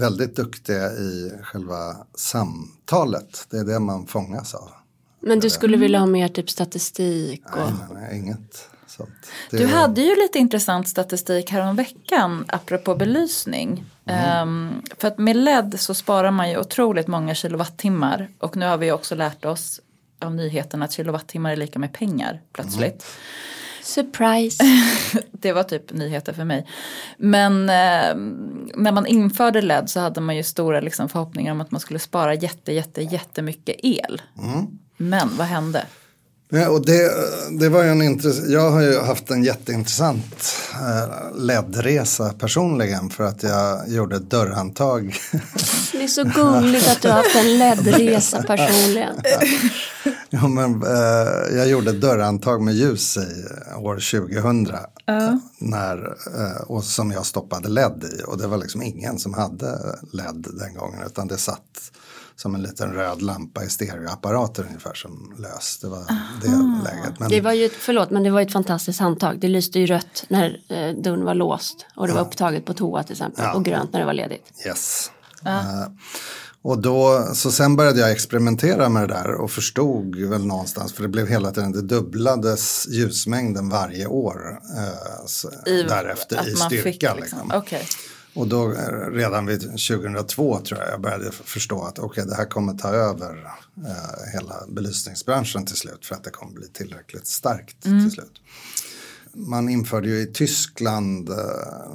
S3: väldigt duktiga i själva samtalet. Det är det man fångas av.
S1: Men du skulle vilja ha mer typ statistik och...
S3: Nej, men inget sånt. Det
S2: Du
S3: är-
S2: hade ju lite intressant statistik häromveckan apropå belysning. Ehm, för att med LED så sparar man ju otroligt många kilowattimmar och nu har vi ju också lärt oss av nyheterna att kilowattimmar är lika med pengar plötsligt.
S1: Surprise!
S2: Det var typ nyheter för mig. Men eh, när man införde LED så hade man ju stora liksom, förhoppningar om att man skulle spara jätte, jätte, jättemycket el.
S3: Mm.
S2: Men vad hände?
S3: Ja, och det, det var ju en intress- jag har ju haft en jätteintressant eh, LED-resa personligen för att jag gjorde ett dörrhandtag.
S1: Det är så gulligt att du har haft en LED-resa personligen.
S3: ja, men, eh, jag gjorde ett dörrhandtag med ljus i år 2000 eh, när, eh, och som jag stoppade LED i och det var liksom ingen som hade LED den gången utan det satt som en liten röd lampa i stereoapparater ungefär som lös. Det var det läget. Men-
S1: Det var ju, ett- förlåt, men det var ju ett fantastiskt handtag. Det lyste ju rött när eh, dörren var låst och det var upptaget på toa till exempel och grönt när det var ledigt.
S3: Yes. Eh, och då, så sen började jag experimentera med det där och förstod väl någonstans, för det blev hela tiden, det dubblades ljusmängden varje år eh, så, därefter i styrka. liksom.
S2: Okej.
S3: Och då eh, redan vid 2002 tror jag jag började f- förstå att okej det här kommer ta över eh, hela belysningsbranschen till slut för att det kommer bli tillräckligt starkt till slut. Man införde ju i Tyskland eh,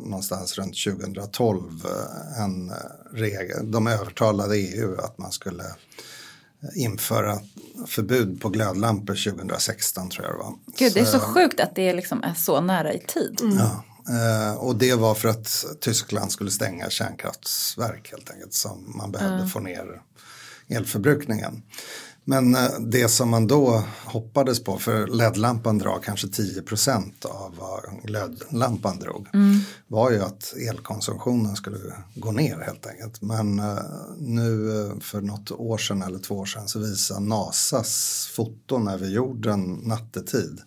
S3: någonstans runt 2012 eh, en eh, regel, de övertalade EU att man skulle eh, införa förbud på glödlampor 2016 tror jag det var.
S2: Gud, det är så sjukt att det liksom är så nära i tid.
S3: Ja, eh, och det var för att Tyskland skulle stänga kärnkraftsverk helt enkelt som man behövde få ner elförbrukningen. Men eh, det som man då hoppades på, för LED-lampan drar kanske 10 av vad glödlampan drog, var ju att elkonsumtionen skulle gå ner helt enkelt. Men eh, nu eh, för något år sedan eller två år sedan så visar NASAs foton över jorden nattetid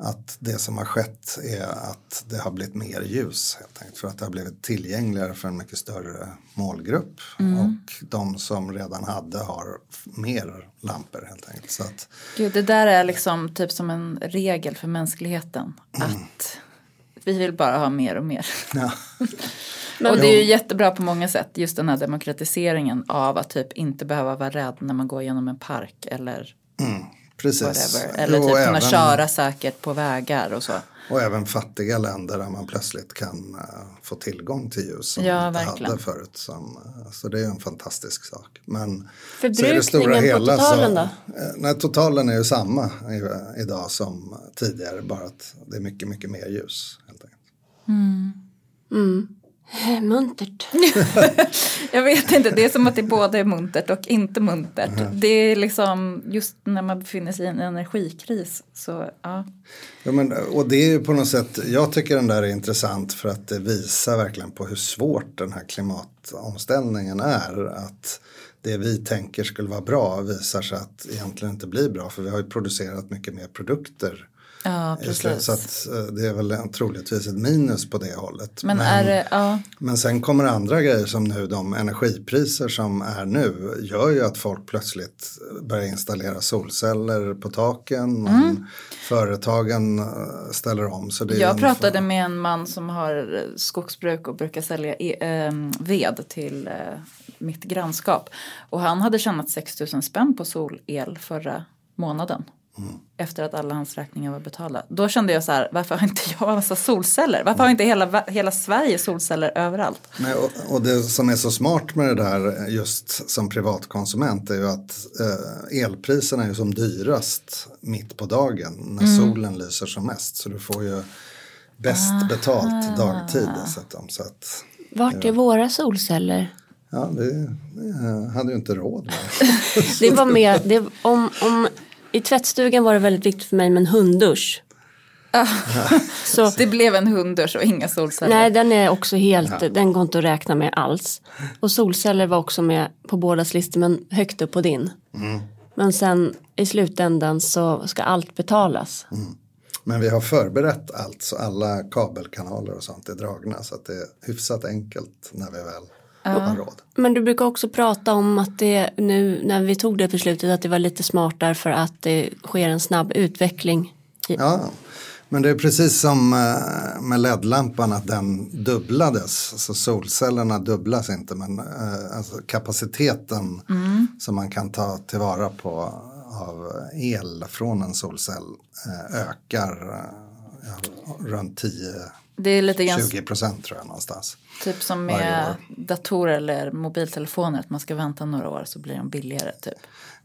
S3: att det som har skett är att det har blivit mer ljus helt enkelt för att det har blivit tillgängligare för en mycket större målgrupp
S2: Mm.
S3: och de som redan hade har f- mer lampor helt enkelt. Så att,
S2: Gud, det där är liksom typ som en regel för mänskligheten.
S3: Mm.
S2: Att vi vill bara ha mer och mer.
S3: ja.
S2: och det är ju jättebra på många sätt. Just den här demokratiseringen av att typ inte behöva vara rädd när man går genom en park eller
S3: Precis.
S2: whatever. Eller typ
S3: Och
S2: kunna
S3: även-
S2: köra säkert på vägar och så.
S3: Och även fattiga länder där man plötsligt kan eh, få tillgång till ljus som
S2: Ja,
S3: man inte
S2: verkligen.
S3: hade förut. Som, eh, så det är ju en fantastisk sak. Men
S1: Förbrukningen på totalen då?
S3: eh, Nej, totalen är ju samma i, idag som tidigare, bara att det är mycket, mycket mer ljus. Helt enkelt.
S1: Eh, Muntert.
S2: Jag vet inte, det är som att det både är muntert och inte muntert.
S3: Mm.
S2: Det är liksom just när man befinner sig i en energikris. Så, ja.
S3: Ja, men, och det är ju på något sätt, jag tycker den där är intressant för att det visar verkligen på hur svårt den här klimatomställningen är. Att det vi tänker skulle vara bra visar sig att egentligen inte bli bra för vi har ju producerat mycket mer produkter.
S2: ja,
S3: i slut.
S2: precis.
S3: Så att eh, det är väl en- troligtvis ett minus på det hållet.
S2: Men är det, ja.
S3: Men sen kommer andra grejer som nu de energipriser som är nu gör ju att folk plötsligt börjar installera solceller på taken. Men Företagen eh, ställer om. Så det är
S2: Mm. Jag
S3: en-
S2: pratade med en man som har eh, skogsbruk och brukar sälja e- ehm, ved till eh, mitt grannskap. Och han hade tjänat 6 000 spänn på solel förra månaden.
S3: Mm.
S2: Efter att alla hans räkningar var betalda. Då kände jag så här, varför har inte jag en massa solceller? Varför har inte hela, va- hela Sverige solceller överallt?
S3: Nej, och, och det som är så smart med det där eh, just som privatkonsument är ju att eh, elpriserna är ju som dyrast mitt på dagen när
S2: Mm.
S3: solen lyser som mest. Så du får ju bäst
S2: Ah.
S3: betalt dagtid dessutom. Så att,
S1: Vart är våra solceller?
S3: ja, vi, vi eh, hade ju inte råd med det.
S1: Det var mer, det, om, om, i tvättstugan var det väldigt viktigt för mig med en hunddusch. Så,
S2: Det blev en hunddusch och inga solceller.
S1: nej, den är också helt, den går inte att räkna med alls. Och solceller var också med på bådas listor men högt upp på din. Men sen i slutändan så ska allt betalas.
S3: Men vi har förberett allt så alla kabelkanaler och sånt är dragna så att det är hyfsat enkelt när vi väl har råd.
S1: Men du brukar också prata om att det nu när vi tog det beslutet att det var lite smart därför att det sker en snabb utveckling. I,
S3: Ja, men det är precis som eh, med LED-lampan att den dubblades. Så solcellerna dubblas inte men eh, alltså kapaciteten
S2: Mm.
S3: som man kan ta tillvara på av el från en solcell eh, ökar eh, ja, runt 10-20
S2: Det är lite grann
S3: procent tror jag någonstans.
S2: typ som
S3: varje
S2: med
S3: år.
S2: datorer eller mobiltelefoner. Att man ska vänta några år så blir de billigare typ.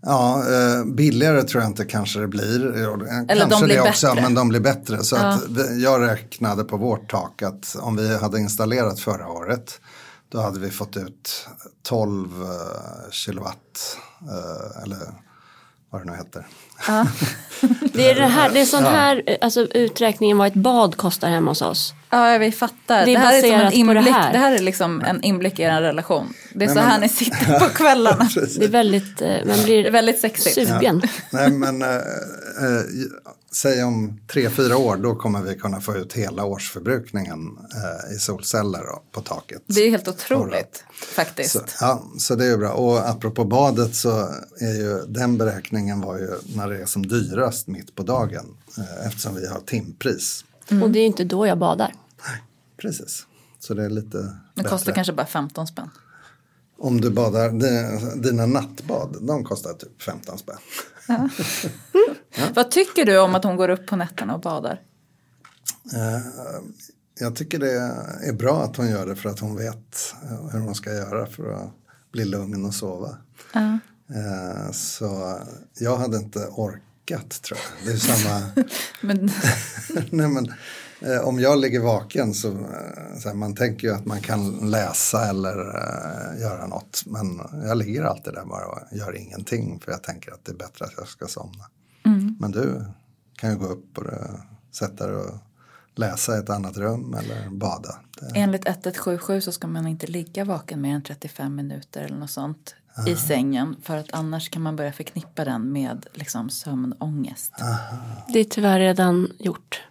S3: Ja, eh, billigare tror jag inte kanske det blir. Jo, det-
S2: de
S3: kanske
S2: blir
S3: det också,
S2: bättre.
S3: men de blir bättre. Så att vi- jag räknade på vårt tak att om vi hade installerat förra året då hade vi fått ut 12 eh, kilowatt eh, eller vad det nu heter.
S1: det är, det här, det är sån här, alltså uträkningen vad ett bad kostar hemma hos oss.
S2: Ja, vi fattar.
S1: Det
S2: Det,
S1: är
S2: här är som en
S1: baserat på det
S2: inblick. Det här.
S1: här.
S2: är liksom en inblick i er relation. Det är så
S3: men-
S2: här ni sitter på kvällarna.
S1: Det är väldigt, eh, man blir
S2: Det är väldigt sexigt.
S1: sugen.
S3: Nej men eh, eh, säg om tre fyra år då kommer vi kunna få ut hela årsförbrukningen eh, i solceller på taket.
S2: Det är helt otroligt faktiskt.
S3: Så, ja, så det är ju bra. Och apropå badet så är ju den beräkningen var ju när det är som dyrast mitt på dagen eh, eftersom vi har timpris.
S2: Mm.
S1: Och det är inte då jag badar.
S3: Precis. Så det är lite
S2: Det kostar
S3: bättre.
S2: kanske bara 15 spänn.
S3: Om du badar, di- dina nattbad, de kostar typ 15 spänn.
S2: Vad tycker du om att hon går upp på nätterna och badar?
S3: Eh, Jag tycker det är bra att hon gör det för att hon vet eh, hur hon ska göra för att bli lugn och sova. Eh, Så jag hade inte orkat tror jag. Det är samma
S2: Men,
S3: Nej, men, eh, om jag ligger vaken så, eh, så här, man tänker ju att man kan läsa eller eh, göra något. Men jag ligger alltid där bara och gör ingenting för jag tänker att det är bättre att jag ska somna. Men du kan ju gå upp och eh, sätta dig och läsa i ett annat rum eller bada. Det,
S2: enligt 1177 så ska man inte ligga vaken mer än 35 minuter eller något sånt i sängen. För att annars kan man börja förknippa den med liksom sömnångest.
S1: Det är tyvärr redan gjort.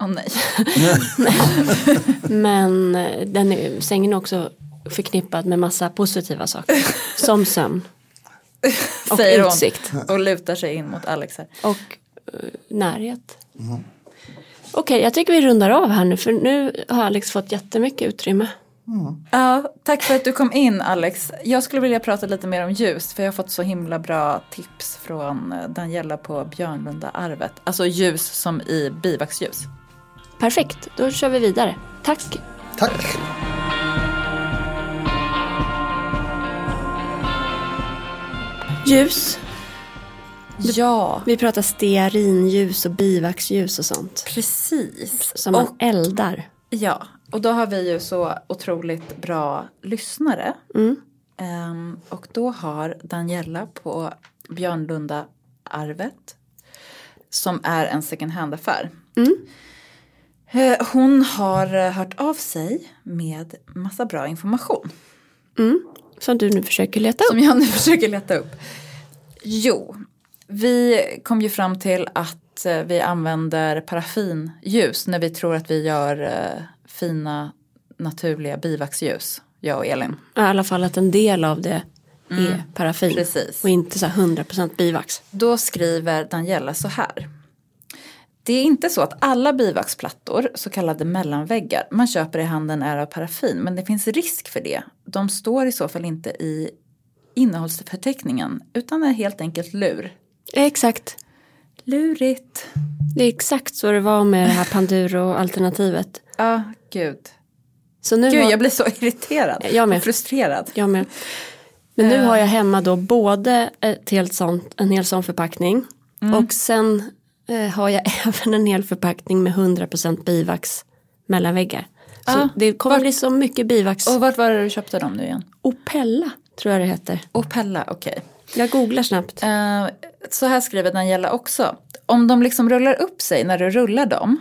S2: Åh nej.
S1: Men eh, den är, sängen är också förknippad med massa positiva saker. Som sömn Och
S2: Säger hon
S1: utsikt.
S2: och lutar sig in mot Alex här.
S1: och eh, närhet. Okej, jag tycker vi rundar av här nu för nu har Alex fått jättemycket utrymme.
S2: Ja, tack för att du kom in Alex. Jag skulle vilja prata lite mer om ljus för jag har fått så himla bra tips från eh, Daniela på Björnlunda arvet. Alltså ljus som i bivaxljus.
S1: Perfekt, då kör vi vidare. Tack.
S3: Tack!
S5: Ljus.
S2: Ja,
S1: Vi pratar stearinljus och bivaxljus och sånt.
S2: precis.
S1: Som man eldar.
S2: Ja, och då har vi ju så otroligt bra lyssnare. Ehm, och då har Daniela på Björnlunda Arvet som är en second hand-affär. Eh, Hon har eh, hört av sig med massa bra information
S1: Som du nu försöker leta upp.
S2: som jag nu försöker leta upp. Jo, vi kom ju fram till att eh, vi använder paraffinljus när vi tror att vi gör eh, fina naturliga bivaxljus, jag och Elin.
S1: I alla fall att en del av det är paraffin.
S2: Precis.
S1: Och inte så här 100% bivax.
S2: Då skriver Daniela så här. Det är inte så att alla bivaxplattor, så kallade mellanväggar, man köper i handen är av paraffin, men det finns risk för det. De står i så fall inte i innehållsförteckningen, utan är helt enkelt lur.
S1: Exakt.
S2: Lurigt.
S1: Det är exakt så det var med det här Panduro-alternativet.
S2: Ja, gud.
S1: Så nu
S2: Gud,
S1: har...
S2: jag blir så irriterad.
S1: Jag med.
S2: Och frustrerad.
S1: Jag med. Men nu har jag hemma då både ett helt sånt, en hel sån förpackning och sen eh, har jag även en hel förpackning med 100% bivax mellanväggar. Så
S2: Ah,
S1: det kommer bli så mycket bivax.
S2: Och vart var det du köpte dem nu igen?
S1: Opella tror jag det heter.
S2: Opella, okej.
S1: Jag googlar snabbt.
S2: Eh, så här skriver Daniela också. Om de liksom rullar upp sig när du rullar dem,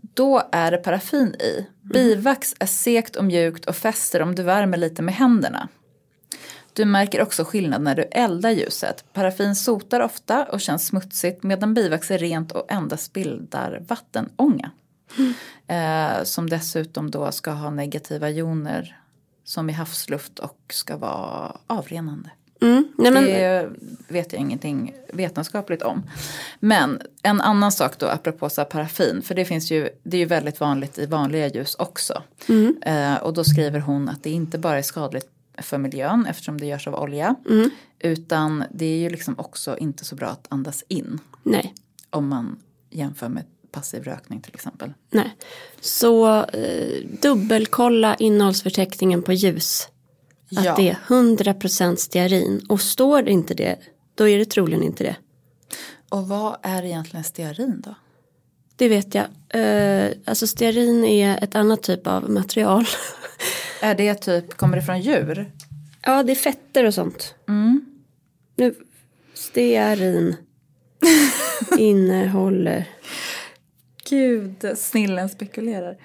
S2: då är det paraffin i. Bivax är sekt och mjukt och fäster om du värmer lite med händerna. Du märker också skillnad när du eldar ljuset. Paraffin sotar ofta och känns smutsigt medan bivax är rent och endast bildar vattenånga. Eh, som dessutom då ska ha negativa joner som i havsluft och ska vara avrenande.
S1: Mm. Nej, men,
S2: Det vet jag ingenting vetenskapligt om. Men en annan sak då apropå så här paraffin, för det finns ju, det är ju väldigt vanligt i vanliga ljus också. Eh, och då skriver hon att det inte bara är skadligt för miljön eftersom det görs av olja, utan det är ju liksom också inte så bra att andas in
S1: nej,
S2: om man jämför med passiv rökning till exempel.
S1: nej. Så eh, dubbelkolla innehållsförteckningen på ljus. Att det är 100% stearin. Och står det inte det, då är det troligen inte det.
S2: Och vad är egentligen stearin då?
S1: Det vet jag. Eh, alltså stearin är ett annat typ av material.
S2: Är det typ, kommer det från djur?
S1: ja, det är fetter och sånt. Nu, stearin innehåller
S2: Gud, snillen spekulerar.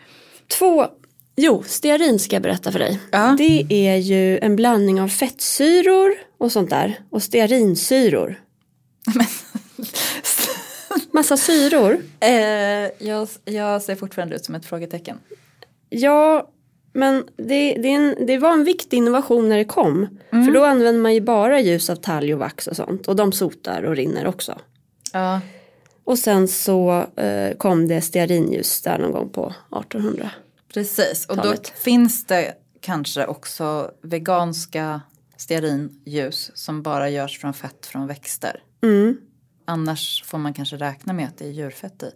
S1: två. Jo, stearin ska jag berätta för dig.
S2: Ja.
S1: Det är ju en blandning av fettsyror och sånt där. Och stearinsyror. Massa syror.
S2: Eh, jag, jag ser fortfarande ut som ett frågetecken.
S1: Ja, men det, det, är en, det var en viktig innovation när det kom. För då använder man ju bara ljus av talg och vax och sånt. Och de sotar och rinner också.
S2: Ja.
S1: Och sen så eh, kom det stearinljus där någon gång på 1800.
S2: Precis, och
S1: Talet.
S2: då finns det kanske också veganska stearinljus som bara görs från fett från växter.
S1: Mm.
S2: Annars får man kanske räkna med att det är djurfett i.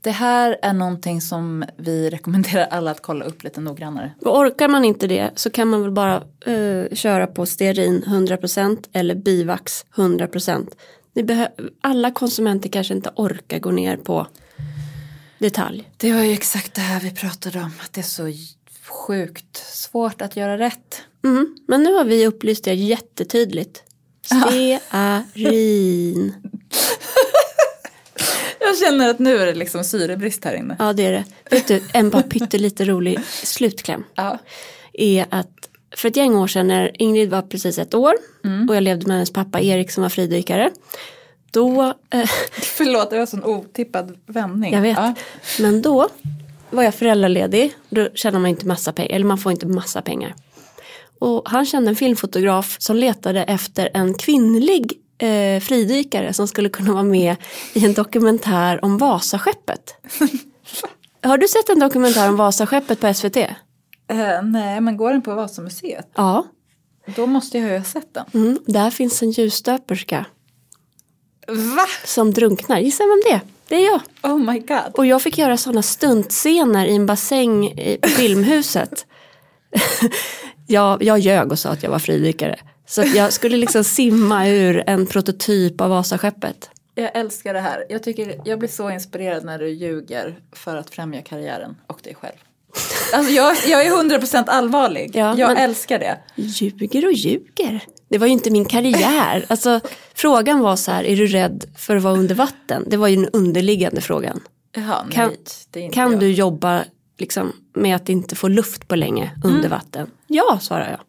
S2: Det här är någonting som vi rekommenderar alla att kolla upp lite noggrannare.
S1: Och orkar man inte det så kan man väl bara eh, köra på stearin 100% eller bivax 100%. Ni behö- alla konsumenter kanske inte orkar gå ner på detalj.
S2: Det var ju exakt det här vi pratade om, att det är så sjukt svårt att göra rätt.
S1: Mm. Men nu har vi upplyst er jättetydligt. Stearin.
S2: Jag känner att nu är det liksom syrebrist här inne.
S1: Ja det är det. Vet du, en bara pyttelite rolig slutkläm.
S2: Ja.
S1: Är att för ett gäng år sedan när Ingrid var precis ett år och jag levde med hennes pappa Erik som var fridykare. Då, eh,
S2: Förlåt, det var en sån otippad vändning.
S1: jag vet,
S2: Ja.
S1: men då var jag föräldraledig. Då tjänar man inte massa pengar, eller man får inte massa pengar. Och han kände en filmfotograf som letade efter en kvinnlig eh, fridykare som skulle kunna vara med i en dokumentär om Vasaskeppet. Har du sett en dokumentär om Vasaskeppet på SVT?
S2: Eh, nej, men går den på Vasamuseet?
S1: Ja,
S2: Då måste jag ju ha sett den.
S1: mm, där finns en ljusstöperska
S2: Va?
S1: som drunknar. Gissa vem det är? Det är jag.
S2: Oh my god.
S1: Och jag fick göra sådana stuntscener i en bassäng i- på Filmhuset. jag, jag ljög och sa att jag var fridykare. Så att jag skulle liksom simma ur en prototyp av Vasaskeppet.
S2: Jag älskar det här. Jag, tycker, jag blir så inspirerad när du ljuger för att främja karriären och dig själv. Alltså jag, jag är 100% allvarlig.
S1: Ja,
S2: jag
S1: men-
S2: älskar det.
S1: Ljuger och ljuger. Det var ju inte min karriär. Alltså, frågan var så här, är du rädd för att vara under vatten? Det var ju den underliggande frågan.
S2: Jaha,
S1: Kan-
S2: nej, det är inte
S1: Kan
S2: jag.
S1: du jobba liksom, med att inte få luft på länge under vatten? Ja, svarade jag.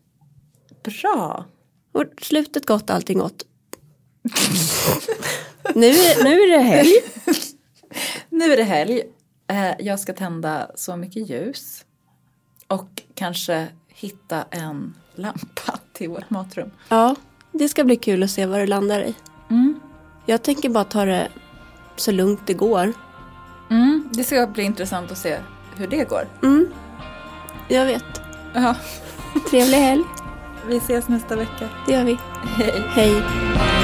S2: Bra.
S1: Och slutet gott, allting gott. nu, är- nu är det helg.
S2: Nu är det helg. Eh, Jag ska tända så mycket ljus. Och kanske hitta en lampa till vårt matrum.
S1: Ja, det ska bli kul att se vad det landar i. Jag tänker bara ta det så lugnt det går.
S2: Mm, det ska bli intressant att se hur det går.
S1: Jag vet.
S2: Ja,
S1: Trevlig helg.
S2: vi ses nästa vecka.
S1: Det gör vi.
S2: Hej.
S1: Hej.